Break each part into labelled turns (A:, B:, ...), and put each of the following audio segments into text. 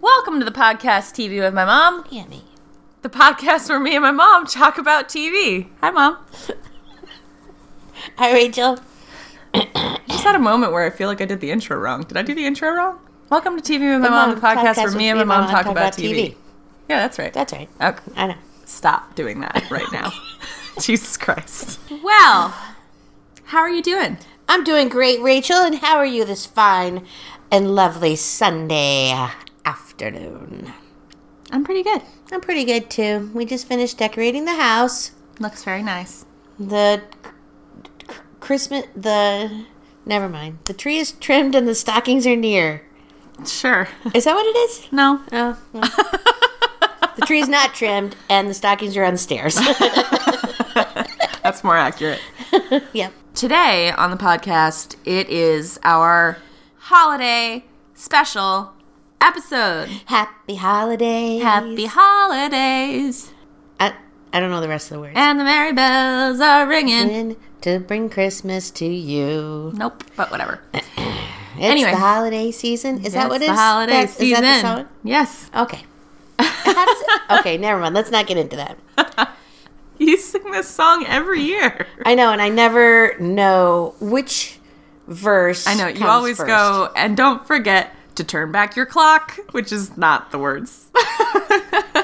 A: Welcome to the podcast TV with my mom,
B: Yeah, me.
A: the podcast where me and my mom talk about TV. Hi, mom.
B: Hi, Rachel.
A: I just had a moment where I feel like I did the intro wrong. Did I do the intro wrong? Welcome to TV with my mom, the podcast, where
B: with
A: me and my mom, talk, about, TV. Yeah, that's right.
B: That's right.
A: Okay,
B: I know.
A: stop doing that right now. Jesus Christ. Well, how are you doing?
B: I'm doing great, Rachel. And how are you this fine and lovely Sunday afternoon?
A: I'm pretty good.
B: I'm pretty good too. We just finished decorating the house.
A: Looks very nice.
B: The c- c- Christmas. The never mind. The tree is trimmed and the stockings are near.
A: Sure.
B: Is that what it is?
A: No.
B: Oh. well. the tree's not trimmed and the stockings are on the stairs.
A: That's more accurate.
B: yep.
A: Today on the podcast, it is our holiday special episode.
B: Happy holidays.
A: Happy holidays,
B: I, I don't know the rest of the words.
A: and the merry bells are ringing.
B: And to bring Christmas to you.
A: Nope, but whatever. Is
B: It's
A: Anyway.
B: the holiday season. Is that what it is?
A: The holiday
B: That-
A: season.
B: Is that
A: Yes,
B: the song? Okay. How does it- okay, never mind. Let's not get into that.
A: you sing this song every year.
B: I know, and I never know which verse.
A: I know. You
B: comes
A: always
B: first.
A: go, and don't forget to turn back your clock, which is not the words.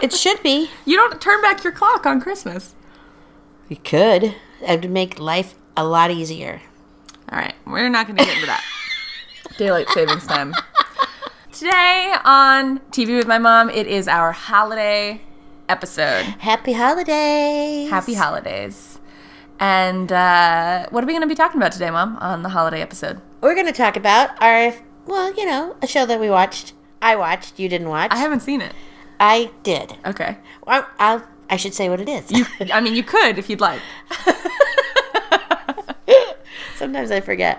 B: It should be.
A: you don't turn back your clock on Christmas.
B: We could. It would make life a lot easier.
A: All right, we're not going to get into that. Daylight savings time. Today on TV with my mom, it is our holiday episode.
B: Happy holidays.
A: Happy holidays. And uh, what are we going to be talking about today, Mom, on the holiday episode?
B: We're going to talk about our, well, you know, a show that we watched. I watched. You didn't watch.
A: I haven't seen it.
B: I did.
A: Okay.
B: I, I, I should say what it is.
A: You, I mean, you could if you'd like.
B: Sometimes I forget.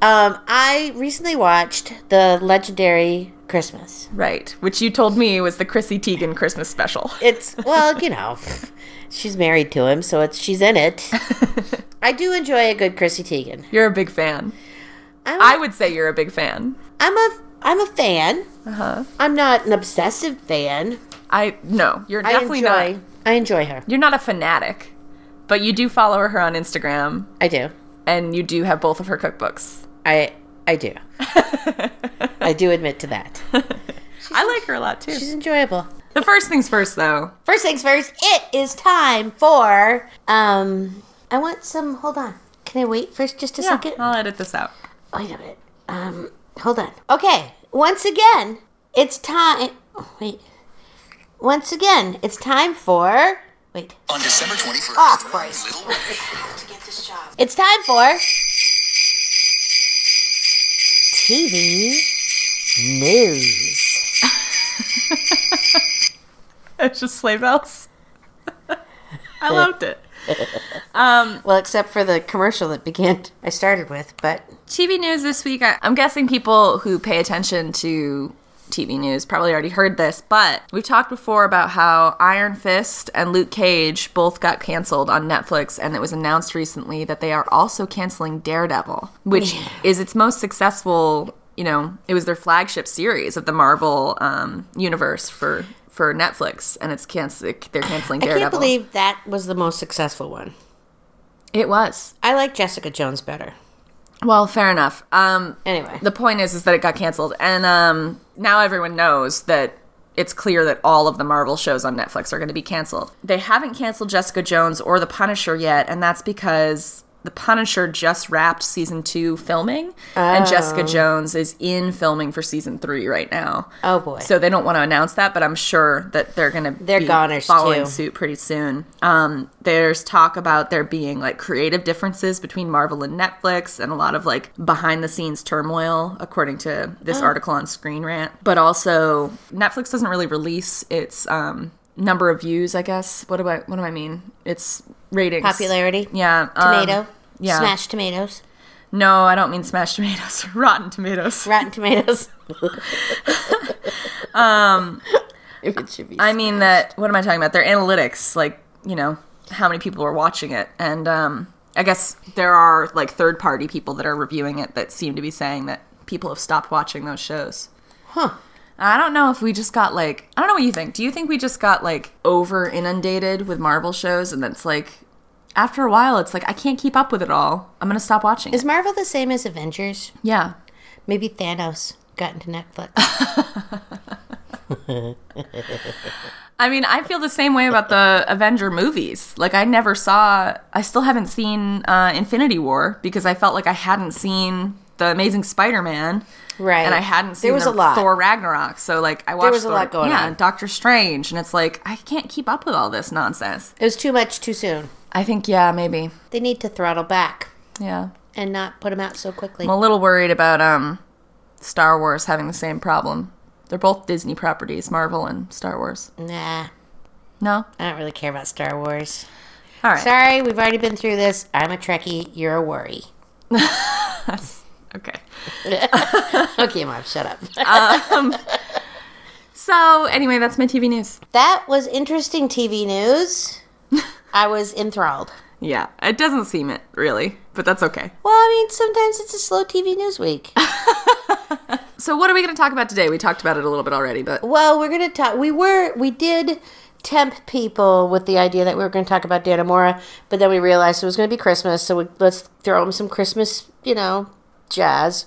B: Um, I recently watched the legendary Christmas.
A: Right. Which you told me was the Chrissy Teigen Christmas special.
B: It's well, you know, she's married to him, so it's she's in it. I do enjoy a good Chrissy Teigen.
A: You're a big fan.
B: I'm
A: I
B: a,
A: would say you're a big fan.
B: I'm a I'm a fan.
A: Uh huh.
B: I'm not an obsessive fan.
A: I, no, you're definitely
B: I enjoy
A: not.
B: I enjoy her.
A: You're not a fanatic, but you do follow her on Instagram
B: I do.
A: and you do have both of her cookbooks.
B: I I do. I do admit to that.
A: I like her a lot too.
B: She's enjoyable.
A: The first things first, though.
B: First things first, it is time for um I want some hold on. Can I wait for just a second? Oh,
A: I'll edit this out.
B: Wait a minute. Um hold on. Okay. Once again, it's time oh, wait. Once again, it's time for wait.
C: On December 21st,
B: Oh of course.
C: Little Red
B: It's time for TV news.
A: It's just sleigh bells. I loved it.
B: Well, except for the commercial that began I started with, but
A: TV news this week. I- I'm guessing people who pay attention to TV news probably already heard this, but we've talked before about how Iron Fist and Luke Cage both got canceled on Netflix, and it was announced recently that they are also canceling Daredevil, which is its most successful. You know, it was their flagship series of the Marvel um, universe for for Netflix, and it's cancel. They're canceling
B: I
A: Daredevil.
B: can't believe that was the most successful one.
A: it was.
B: I like Jessica Jones better.
A: Well, fair enough. Um,
B: Anyway.
A: the point is, is that it got canceled, and um, now everyone knows that it's clear that all of the Marvel shows on Netflix are going to be canceled. They haven't canceled Jessica Jones or The Punisher yet, and that's because The Punisher just wrapped season two filming, and Jessica Jones is in filming for season three right now.
B: Oh boy.
A: So they don't want to announce that, but I'm sure that they're going to
B: They're
A: be
B: goners,
A: following
B: too.
A: suit pretty soon. Um, there's talk about there being like creative differences between Marvel and Netflix, and a lot of like behind the scenes turmoil, according to this article on Screen Rant. But also, Netflix doesn't really release its um, number of views. I guess what do I what do I mean? It's ratings,
B: Popularity.
A: Yeah, um,
B: Tomato.
A: yeah.
B: Smashed tomatoes.
A: No, I don't mean Smash Tomatoes. Rotten Tomatoes.
B: Rotten tomatoes. um it should be
A: I mean that what am I talking about? Their analytics, like, you know, how many people are watching it. And um I guess there are like third party people that are reviewing it that seem to be saying that people have stopped watching those shows.
B: Huh.
A: I don't know if we just got like I don't know what you think. Do you think we just got like over inundated with Marvel shows and that's like after a while it's like I can't keep up with it all. I'm going to stop watching.
B: Is
A: It.
B: Marvel the same as Avengers?
A: Yeah.
B: Maybe Thanos got into Netflix.
A: I mean, I feel the same way about the Avenger movies. Like I never saw I still haven't seen uh Infinity War because I felt like I hadn't seen the Amazing Spider-Man.
B: Right.
A: And I hadn't seen
B: There was
A: the
B: a lot.
A: Thor Ragnarok. So like I watched
B: was a
A: Thor-
B: lot going
A: yeah,
B: on.
A: Doctor Strange and it's like I can't keep up with all this nonsense.
B: It was too much too soon.
A: I think yeah, maybe.
B: They need to throttle back
A: Yeah.
B: and not put them out so quickly.
A: I'm a little worried about um, Star Wars having the same problem. They're both Disney properties, Marvel and Star Wars.
B: Nah,
A: No,
B: I don't really care about Star Wars.
A: all right,
B: Sorry, we've already been through this. I'm a Trekkie. You're a worry.
A: okay.
B: Okay, mom, shut up.
A: So anyway, that's my TV news.
B: that was interesting TV news. I was enthralled.
A: Yeah, it doesn't seem it really, but that's okay.
B: Well, I mean, sometimes it's a slow TV news week.
A: So what are we going to talk about today? We talked about it a little bit already, but
B: Well, we're going to talk. We were, we did tempt people with the idea that we were going to talk about Danamora, but then we realized it was going to be Christmas, so we, let's throw them some Christmas, you know, jazz.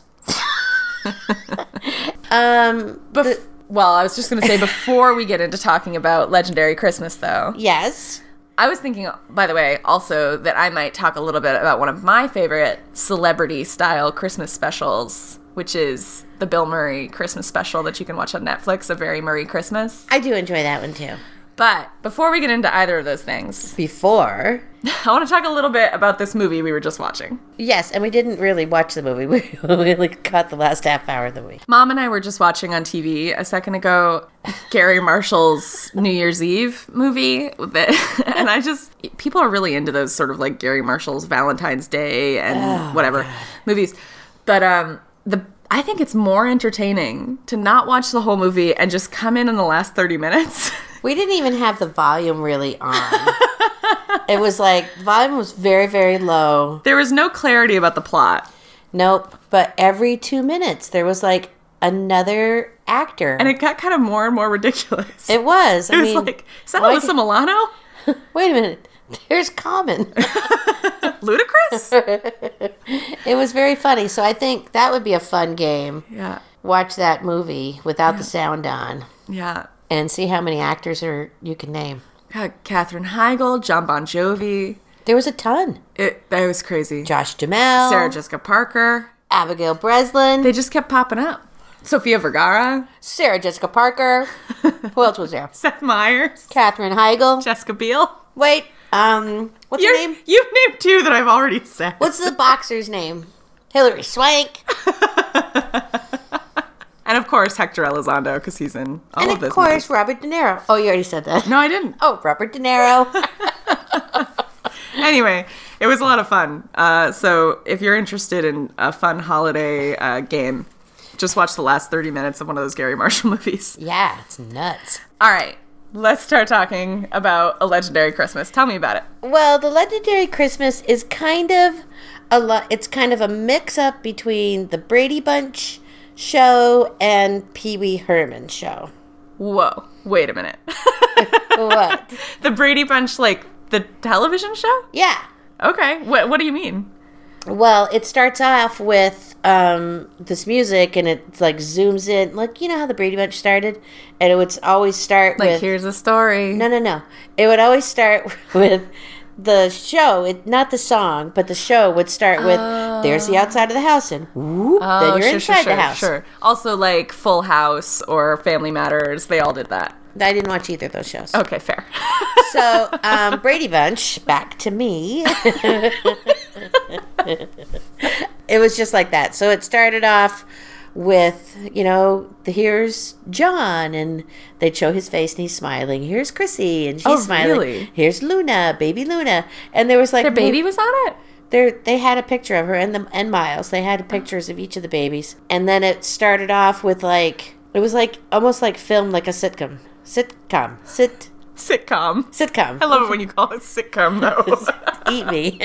B: um,
A: bef- well, I was just going to say before we get into talking about Legendary Christmas, though,
B: yes.
A: I was thinking, by the way, also that I might talk a little bit about one of my favorite celebrity style Christmas specials, which is the Bill Murray Christmas special that you can watch on Netflix, A Very Murray Christmas.
B: I do enjoy that one too.
A: But before we get into either of those things,
B: Before.
A: I want to talk a little bit about this movie we were just watching.
B: Yes, and we didn't really watch the movie. We only caught the last half hour of the week.
A: Mom and I were just watching on TV a second ago Gary Marshall's New Year's Eve movie. That, and I just, people are really into those sort of like Gary Marshall's Valentine's Day and whatever movies. But um, the I think it's more entertaining to not watch the whole movie and just come in in the last 30 minutes.
B: We didn't even have the volume really on. it was like volume was very very low.
A: there was no clarity about the plot.
B: Nope, but every 2 minutes there was like another actor.
A: And it got kind of more and more ridiculous.
B: it was. I
A: It was
B: mean,
A: like, is that
B: why
A: Alyssa Milano?
B: wait a minute. There's common.
A: Ludicrous?
B: it was very funny. So I think that would be a fun game.
A: yeah.
B: Watch that movie without the sound on
A: Yeah.
B: and see how many actors are you can name.
A: God, Katherine Heigl, John Bon Jovi.
B: There was a ton.
A: It that was crazy.
B: Josh Duhamel,
A: Sarah Jessica Parker.
B: Abigail Breslin,
A: They just kept popping up. Sophia Vergara,
B: Sarah Jessica Parker. Who else was there?
A: Seth Meyers,
B: Catherine Heigl.
A: Jessica Biel.
B: Wait, um, what's her
A: You're,
B: name?
A: you've named two that I've already said.
B: What's the boxer's name? Hillary Swank.
A: And of course Hector Elizondo because he's in all
B: And
A: of
B: of
A: this.
B: course, Robert De Niro. Oh, you already said that.
A: No, I didn't.
B: Oh, Robert De Niro.
A: Anyway, it was a lot of fun. Uh, so if you're interested in a fun holiday uh, game, just watch the last 30 minutes of one of those Gary Marshall movies.
B: yeah, it's nuts.
A: All right, let's start talking about a legendary Christmas. Tell me about it.
B: Well, the legendary Christmas is kind of a lot. It's kind of a mix up between the Brady Bunch show and Pee Wee Herman show.
A: Whoa, wait a minute.
B: What?
A: the Brady Bunch, like the television show?
B: yeah.
A: Okay, what, what do you mean?
B: Well, it starts off with um, this music, and it like zooms in, like you know how the Brady Bunch started, and it would always start
A: Like,
B: with
A: here's a story.
B: no, no, no. It would always start with the show, it, not the song, but the show would start with "There's the outside of the house," and whoop, then you're inside
A: Oh. sure,
B: the house.
A: Sure. Also, like Full House or Family Matters, they all did that.
B: I didn't watch either of those shows.
A: Okay, fair.
B: So um, Brady Bunch, back to me. it was just like that. So it started off with you know the, here's John and they'd show his face and he's smiling. Here's Chrissy and she's
A: Oh,
B: smiling.
A: really?
B: Here's Luna, baby Luna, and there was like
A: Their baby was on it.
B: there they had a picture of her and the and Miles. They had pictures of each of the babies. And then it started off with like it was like almost like filmed like a sitcom. Sitcom. Sit
A: Sitcom.
B: sitcom.
A: I love it when you call it sitcom, though.
B: Eat me.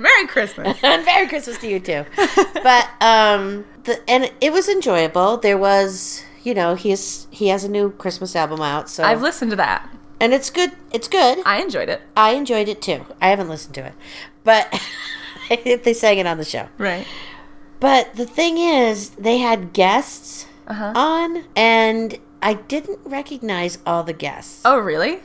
A: Merry Christmas.
B: and Merry Christmas to you too. But um, the and it was enjoyable. There was, you know, he's he has a new Christmas album out, so
A: I've listened to that.
B: and it's good. It's good.
A: I enjoyed it.
B: I enjoyed it too. I haven't listened to it, but they sang it on the show.
A: Right.
B: But the thing is, they had guests on, and I didn't recognize all the guests.
A: Oh, really?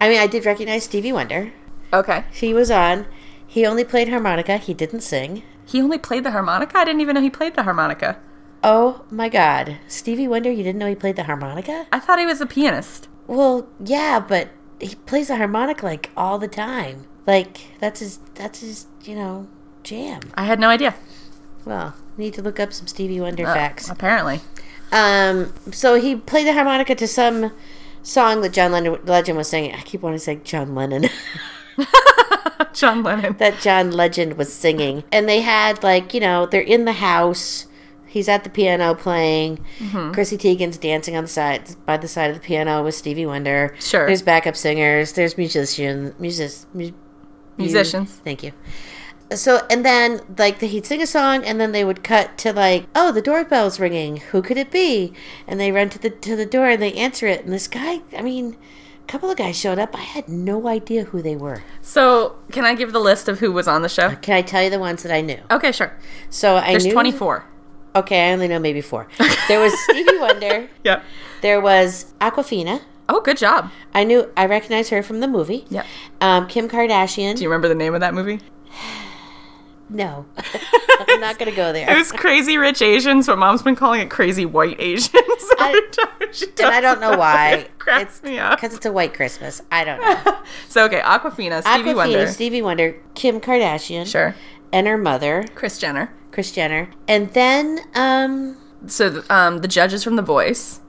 B: I mean, I did recognize Stevie Wonder.
A: Okay.
B: He was on. He only played harmonica. He didn't sing.
A: He only played the harmonica? I didn't even know he played the harmonica.
B: Oh my God, Stevie Wonder! You didn't know he played the harmonica?
A: I thought he was a pianist.
B: Well, yeah, but he plays the harmonica like all the time. Like that's his. That's his. You know, jam.
A: I had no idea.
B: Well, need to look up some Stevie Wonder
A: Uh,
B: facts.
A: apparently.
B: Um, so he played the harmonica to some song that John Lennon, Legend was singing. I keep wanting to say John Lennon.
A: John Lennon.
B: that John Legend was singing. And they had, like, you know, they're in the house. He's at the piano playing.
A: Mm-hmm.
B: Chrissy Teigen's dancing on the side by the side of the piano with Stevie Wonder.
A: Sure.
B: There's backup singers. There's musicians. Music, mu-
A: Musicians.
B: Thank you. So and then like the, he'd sing a song and then they would cut to like oh the doorbell's ringing who could it be and they run to the to the door and they answer it and this guy I mean a couple of guys showed up I had no idea who they were
A: So, can I give the list of who was on the show?
B: can I tell you the ones that I knew
A: Okay, sure.
B: so I
A: There's
B: knew
A: 24.
B: okay I only know maybe four there was Stevie Wonder
A: Yep.
B: there was Aquafina
A: Oh, good job.
B: I knew I recognized her from the movie
A: Yep.
B: um, Kim Kardashian
A: Do you remember the name of that movie?
B: no I'm not gonna go there
A: It was Crazy Rich Asians, but Mom's been calling it Crazy White Asians. every
B: I-
A: time she
B: and
A: talks
B: I don't know
A: about
B: why.
A: It cracks
B: It's-
A: me up.
B: Because it's a white Christmas. I don't know.
A: So okay, Aquafina, Stevie
B: Aquafina,
A: Wonder,
B: Stevie Wonder, Kim Kardashian,
A: sure,
B: and her mother,
A: Chris Jenner.
B: Kris Jenner, and then um.
A: So th- um, the judges from The Voice.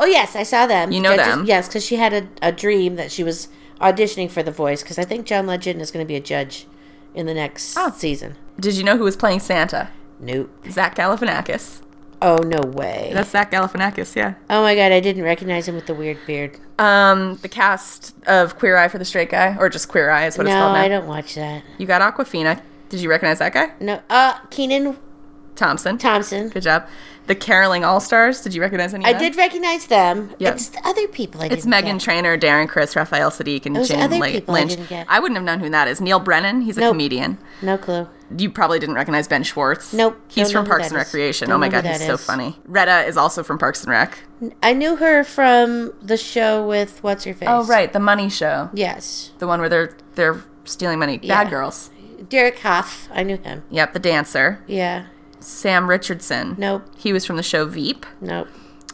B: Oh yes, I saw them.
A: You know
B: Judges-
A: them.
B: Yes, because she had a, a dream that she was auditioning for The Voice. Because I think John Legend is going to be a judge in the next
A: Oh.
B: season.
A: Did you know who was playing Santa?
B: Nope.
A: Zach Galifianakis.
B: Oh no way.
A: That's Zach Galifianakis. Yeah.
B: oh my god, I didn't recognize him with the weird beard.
A: Um, the cast of Queer Eye for the Straight Guy, or just Queer Eye is what it's
B: No,
A: called now.
B: I don't watch that.
A: You got Aquafina. Did you recognize that guy?
B: No. Uh, Keenan
A: Thompson.
B: Thompson.
A: Good job. The Caroling All Stars. Did you recognize any?
B: I
A: of them?
B: did recognize them.
A: Yeah.
B: It's the other people I
A: It's
B: didn't
A: Megan
B: get.
A: Trainer, Darren Chris, Raphael Sadiq, and
B: Those
A: Jane
B: other
A: Lin-
B: people I
A: Lynch.
B: didn't get.
A: I wouldn't have known who that is. Neil Brennan. He's a
B: Nope.
A: comedian.
B: No clue.
A: You probably didn't recognize Ben Schwartz.
B: Nope.
A: He's
B: Don't know
A: from
B: who
A: Parks
B: that
A: and
B: is.
A: Recreation.
B: Don't
A: oh my
B: know who
A: God, he's
B: that
A: so
B: is.
A: funny. Retta is also from Parks and Rec.
B: I knew her from the show with what's her face.
A: Oh right, the Money Show,
B: Yes,
A: the one where they're they're stealing money.
B: Yeah.
A: Bad Girls.
B: Derek Hoff. I knew him.
A: Yep, the dancer.
B: Yeah.
A: Sam Richardson.
B: Nope.
A: He was from the show Veep.
B: Nope.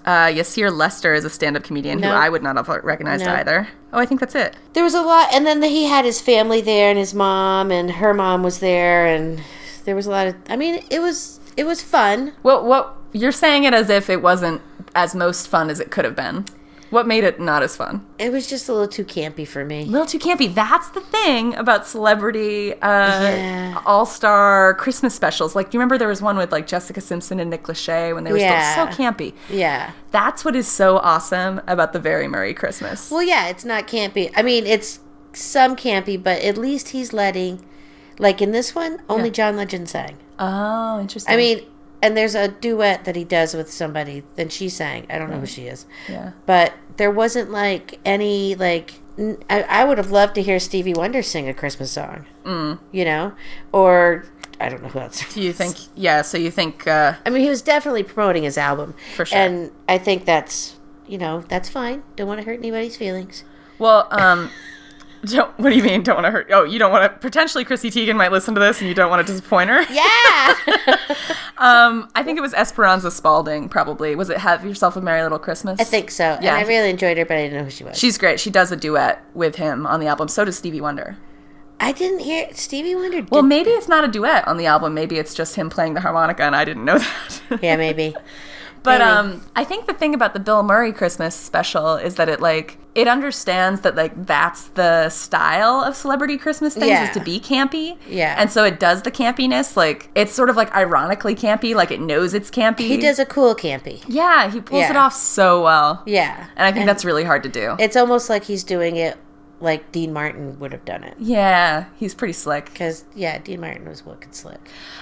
A: Uh, Yasir Lester is a stand-up comedian
B: No.
A: who I would not have recognized
B: No.
A: either. Oh, I think that's it.
B: There was a lot, and then he had his family there, and his mom, and her mom was there, and there was a lot of. I mean, it was it was fun.
A: What what you're saying it as if it wasn't as most fun as it could have been. What made it not as fun?
B: It was just a little too campy for me.
A: Little too campy. That's the thing about celebrity uh,
B: Yeah.
A: all star Christmas specials. Like, do you remember there was one with like Jessica Simpson and Nick Lachey when they were still
B: Yeah.
A: so campy?
B: Yeah.
A: That's what is so awesome about the Very Merry Christmas.
B: Well, yeah, it's not campy. I mean, it's some campy, but at least he's letting, like in this one, only John Legend sang.
A: Oh, interesting.
B: I mean, and there's a duet that he does with somebody, and she sang. I don't know who she is.
A: yeah.
B: But there wasn't like any like n- I, I would have loved to hear Stevie Wonder sing a Christmas song. Mm. You know, or I don't know who else.
A: Do you think? Yeah. So you think? Uh,
B: I mean, he was definitely promoting his album
A: For sure.
B: and I think that's you know that's fine. Don't want to hurt anybody's feelings.
A: well, um, don't. What do you mean? Don't want to hurt? Oh, you don't want to. Potentially, Chrissy Teigen might listen to this, and you don't want to disappoint her.
B: Yeah,
A: Um, I think it was Esperanza Spalding. Probably was it? Have yourself a merry little Christmas.
B: I think so. And
A: Yeah.
B: I really enjoyed her, but I didn't know who she was.
A: She's great. She does a duet with him on the album. So does Stevie Wonder.
B: I didn't hear Stevie Wonder. Did,
A: Well, maybe it's not a duet on the album. Maybe it's just him playing the harmonica, and I didn't know that.
B: yeah, maybe.
A: but
B: maybe.
A: um, I think the thing about the Bill Murray Christmas special is that it like it understands that like that's the style of celebrity Christmas things
B: Yeah.
A: is to be campy.
B: Yeah.
A: and so it does the campiness. Like it's sort of like ironically campy. Like it knows it's campy.
B: He does a cool campy.
A: Yeah, he pulls
B: Yeah.
A: it off so well.
B: Yeah,
A: And I think that's really hard to do.
B: it's almost like he's doing it like Dean Martin would have done it.
A: Yeah, he's pretty slick.
B: Because, yeah, Dean Martin was wicked slick.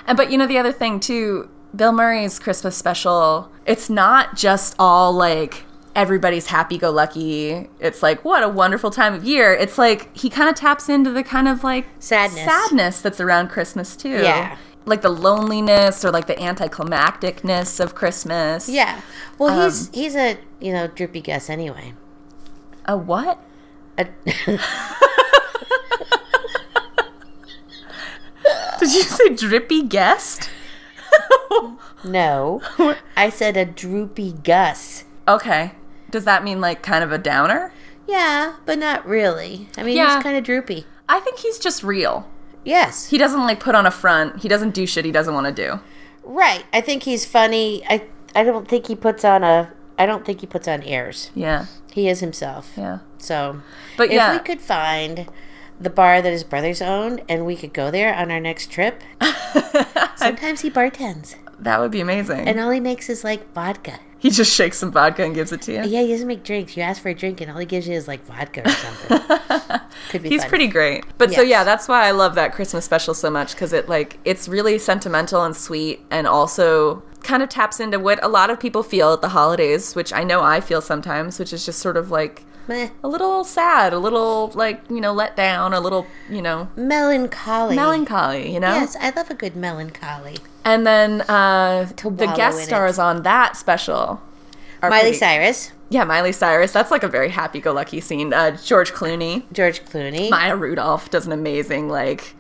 A: And but you know the other thing too, Bill Murray's Christmas special, it's not just all like everybody's happy go lucky. It's like what a wonderful time of year. It's like he kind of taps into the kind of like
B: Sadness.
A: sadness that's around Christmas too.
B: Yeah.
A: Like the loneliness or like the anticlimacticness of Christmas.
B: Yeah. Well,
A: Um,
B: he's he's a, you know, droopy Gus anyway.
A: A what?
B: A,
A: Did you say drippy guest?
B: no. I said a droopy Gus.
A: okay. Does that mean like kind of a downer?
B: Yeah, but not really. I mean,
A: Yeah.
B: he's kind of droopy.
A: I think he's just real.
B: Yes.
A: He doesn't like put on a front. He doesn't do shit he doesn't want to do.
B: Right. I think he's funny. I I don't think he puts on a I don't think he puts on airs.
A: Yeah.
B: He is himself.
A: Yeah.
B: So
A: But
B: if
A: yeah.
B: we could find the bar that his brothers owned and we could go there on our next trip. Sometimes he bartends
A: That would be amazing.
B: and all he makes is like vodka.
A: he just shakes some vodka and gives it to you.
B: Yeah, he doesn't make drinks. You ask for a drink and all he gives you is like vodka or something. could be
A: He's
B: fun.
A: pretty great. But so
B: Yes.
A: yeah, that's why I love that Christmas special so much cuz it like it's really sentimental and sweet and also kind of taps into what a lot of people feel at the holidays, which I know I feel sometimes, which is just sort of like
B: Meh.
A: a little sad, a little like, you know, let down, a little, you know,
B: melancholy.
A: melancholy, you know?
B: Yes, I love a good melancholy.
A: And then uh, the
B: wallow
A: guest
B: in it.
A: stars on that special are
B: Miley
A: pretty-
B: Cyrus,
A: Yeah, Miley Cyrus. That's like a very happy go lucky scene. Uh, George Clooney.
B: George Clooney.
A: Maya Rudolph does an amazing, like,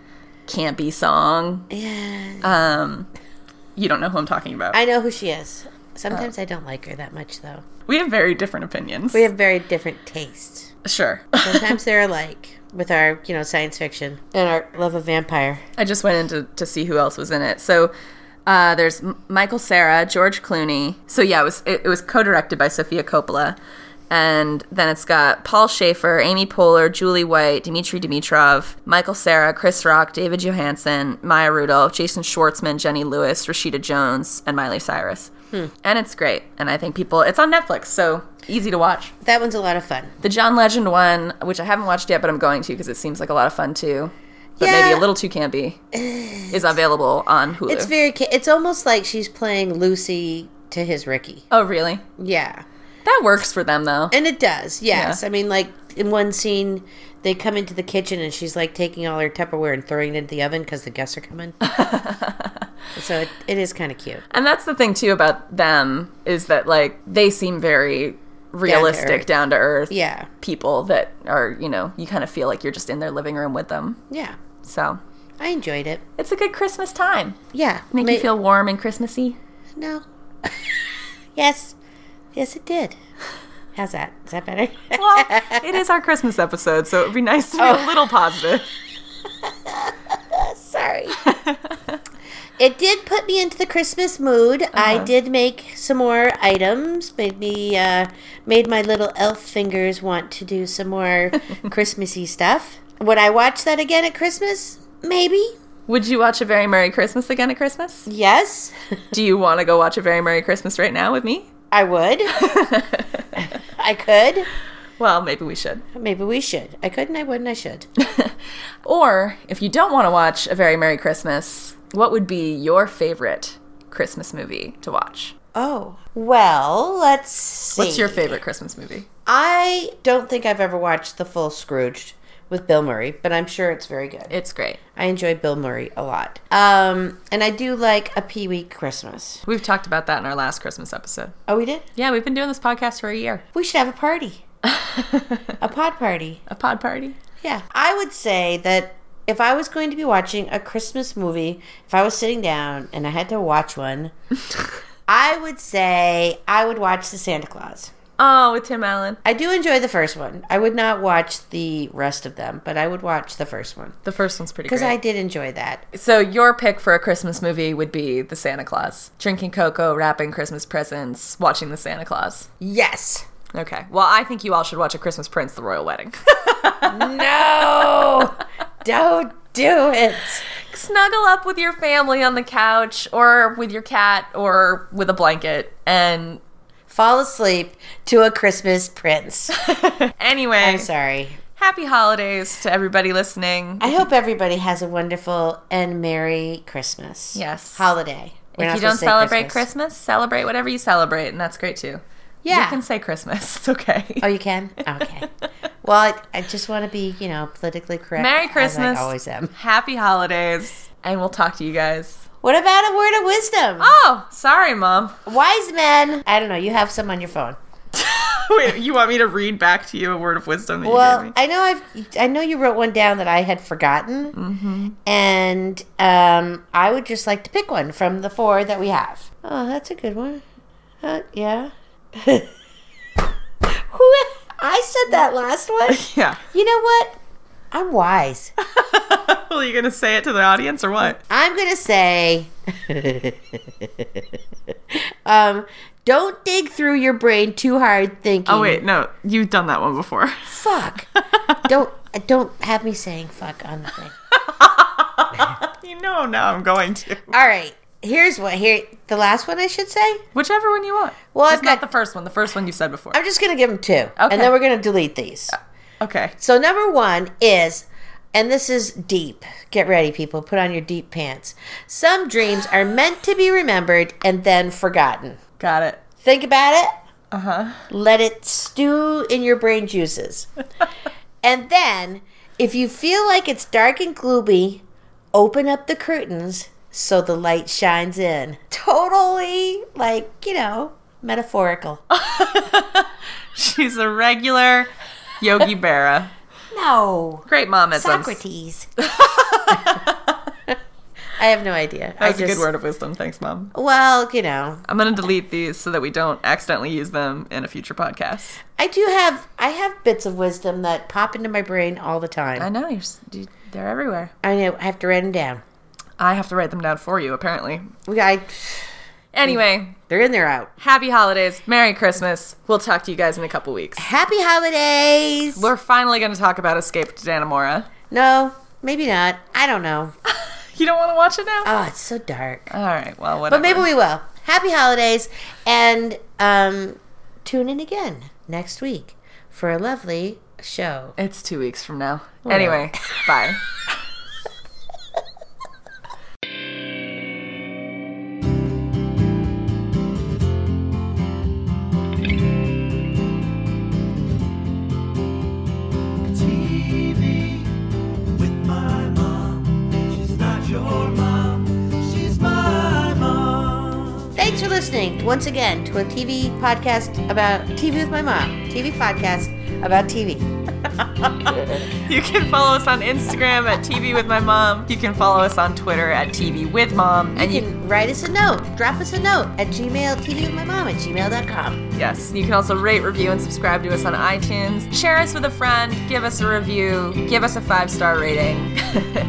A: campy song.
B: yeah.
A: Um, you don't know who I'm talking about.
B: I know who she is. Sometimes
A: uh.
B: I don't like her that much, though.
A: we have very different opinions.
B: We have very different tastes.
A: sure.
B: Sometimes they're alike with our, you know, science fiction and our love of vampire.
A: I just went in to, to see who else was in it. So uh, there's M- Michael Sarah, George Clooney. So yeah, it was it, it was co-directed by Sofia Coppola, and then it's got Paul Schaefer, Amy Poehler, Julie White, Dmitry Dimitrov, Michael Sarah, Chris Rock, David Johansen, Maya Rudolph, Jason Schwartzman, Jenny Lewis, Rashida Jones, and Miley Cyrus. And it's great, and I think people. It's on Netflix, so easy to watch.
B: That one's a lot of fun.
A: The John Legend one, which I haven't watched yet, but I'm going to because it seems like a lot of fun too. But maybe
B: Yeah.
A: a little too campy. is available on Hulu.
B: It's very. ca- It's almost like she's playing Lucy to his Ricky.
A: oh, really?
B: Yeah,
A: That works for them though.
B: and it does. Yes, I mean, like in one scene, they come into the kitchen and she's like taking all her Tupperware and throwing it into the oven because the guests are coming. so it, it is kind of cute.
A: And that's the thing too about them is that like they seem very realistic,
B: earth.
A: down to earth
B: Yeah,
A: people that are you know you kind of feel like you're just in their living room with them.
B: yeah,
A: So
B: I enjoyed it.
A: it's a good Christmas time.
B: Yeah,
A: Make
B: Ma-
A: you feel warm and Christmassy.
B: No. yes. Yes, it did. How's that? Is that better?
A: Well, it is our Christmas episode, so it'd be nice to be a little positive.
B: Sorry. it did put me into the Christmas mood. I
A: Uh-huh.
B: did make some more items. Made me uh, made my little elf fingers want to do some more Christmassy stuff. Would I watch that again at Christmas? Maybe.
A: Would you watch a Very Merry Christmas again at Christmas?
B: Yes,
A: Do you want to go watch a Very Merry Christmas right now with me?
B: I would. I could.
A: Well, maybe we should.
B: Maybe we should. I could and I would and I should.
A: Or if you don't want to watch A Very Merry Christmas, what would be your favorite Christmas movie to watch?
B: Oh. Well, let's see.
A: What's your favorite Christmas movie?
B: I don't think I've ever watched the full Scrooged with Bill Murray, but I'm sure it's very good.
A: It's great.
B: I enjoy Bill Murray a lot. Um, and I do like a Pee Wee Christmas.
A: We've talked about that in our last Christmas episode.
B: Oh, we did?
A: Yeah, we've been doing this podcast for a year.
B: We should have a party, a pod party.
A: A pod party?
B: Yeah. I would say that if I was going to be watching a Christmas movie, if I was sitting down and I had to watch one, I would say I would watch The Santa Claus.
A: Oh, with Tim Allen.
B: I do enjoy the first one. I would not watch the rest of them, but I would watch the first one.
A: The first one's pretty
B: Because I
A: great.
B: did enjoy that.
A: so your pick for a Christmas movie would be The Santa Claus. Drinking cocoa, wrapping Christmas presents, watching The Santa Claus.
B: Yes.
A: Okay. Well, I think you all should watch A Christmas Prince, The Royal Wedding.
B: No, don't do it.
A: snuggle up with your family on the couch or with your cat or with a blanket and
B: Fall asleep to a Christmas prince.
A: anyway
B: I'm sorry.
A: Happy holidays to everybody listening.
B: I hope everybody has a wonderful and merry Christmas.
A: Yes.
B: Holiday. We're
A: if
B: not
A: you don't
B: supposed to say
A: celebrate Christmas. celebrate whatever you celebrate, and that's great too.
B: Yeah.
A: You can say Christmas. It's okay.
B: Oh, you can? Okay. well, I, I just want to be, you know, politically correct.
A: Merry
B: as
A: Christmas.
B: I always am.
A: Happy holidays. And we'll talk to you guys.
B: What about a word of wisdom?
A: Oh, sorry, Mom.
B: Wise men. I don't know. You have some on your phone.
A: Wait, you want me to read back to you a word of wisdom that you
B: Well,
A: gave me?
B: I know I've I know you wrote one down that I had forgotten,
A: Mm-hmm.
B: and um, I would just like to pick one from the four that we have. Oh, that's a good one. Uh, yeah. Who? I said that last one.
A: yeah.
B: You know what? I'm wise.
A: well, are you going to say it to the audience or what?
B: I'm gonna say, um, don't dig through your brain too hard thinking.
A: Oh, wait, no. You've done that one before.
B: fuck! don't don't have me saying fuck on the thing.
A: you know, now I'm going to.
B: All right, here's what here the last one I should say.
A: Whichever one you want.
B: Well, I've
A: It's not
B: got-
A: the first one. The first one you've said before.
B: I'm just gonna give them two,
A: Okay.
B: and then we're gonna delete these.
A: Okay.
B: So number one is, and this is deep. Get ready, people. Put on your deep pants. Some dreams are meant to be remembered and then forgotten.
A: Got it.
B: Think about it.
A: Uh huh.
B: Let it stew in your brain juices. and then, if you feel like it's dark and gloomy, open up the curtains so the light shines in. Totally, like, you know, metaphorical.
A: She's a regular Yogi Berra.
B: No.
A: Great mom at some.
B: Socrates. I have no idea. I
A: That was
B: just,
A: a good word of wisdom. Thanks, Mom.
B: Well, you know,
A: I'm going to delete these so that we don't accidentally use them in a future podcast.
B: I do have I have bits of wisdom that pop into my brain all the
A: I
B: time.
A: know. You're, s- dude, they're everywhere.
B: I know I have to write them down.
A: I have to write them down for you, apparently.
B: We I,
A: Anyway,
B: they're in, they're out.
A: happy holidays. Merry Christmas. We'll talk to you guys in a couple weeks.
B: Happy holidays.
A: We're finally going to talk about Escape to Danamora.
B: no, maybe not. I don't know.
A: You don't want to watch it now?
B: Oh, it's so dark.
A: All right. Well, whatever.
B: But maybe we will. Happy holidays, and um, tune in again next week for a lovely show.
A: It's two weeks from now. Anyway, bye.
C: TV with my mom. She's not your mom, she's my mom.
B: Thanks for listening once again to a TV podcast about TV with my mom. TV podcast about TV.
A: You can follow us on Instagram at TV with my mom. You can follow us on Twitter at TV with mom. And
B: You
A: you,
B: can write us a note, drop us a note at gmail, TV with my mom at gmail.com.
A: yes, you can also rate, review, and subscribe to us on iTunes. Share us with a friend. Give us a review. Give us a five star rating.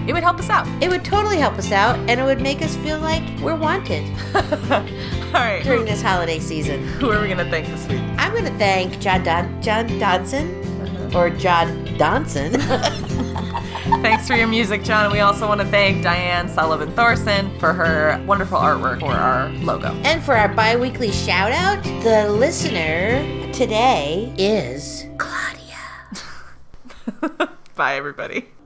A: it would help us out.
B: It would totally help us out and it would make us feel like we're wanted
A: All right.
B: during this holiday season.
A: Who are we gonna thank this week?
B: I'm going to thank John, Don- John Donson or John Donson.
A: Thanks for your music, John. And we also want to thank Diane Sullivan Thorson for her wonderful artwork for our logo.
B: and for our bi weekly shout out, the listener today is Claudia.
A: Bye, everybody.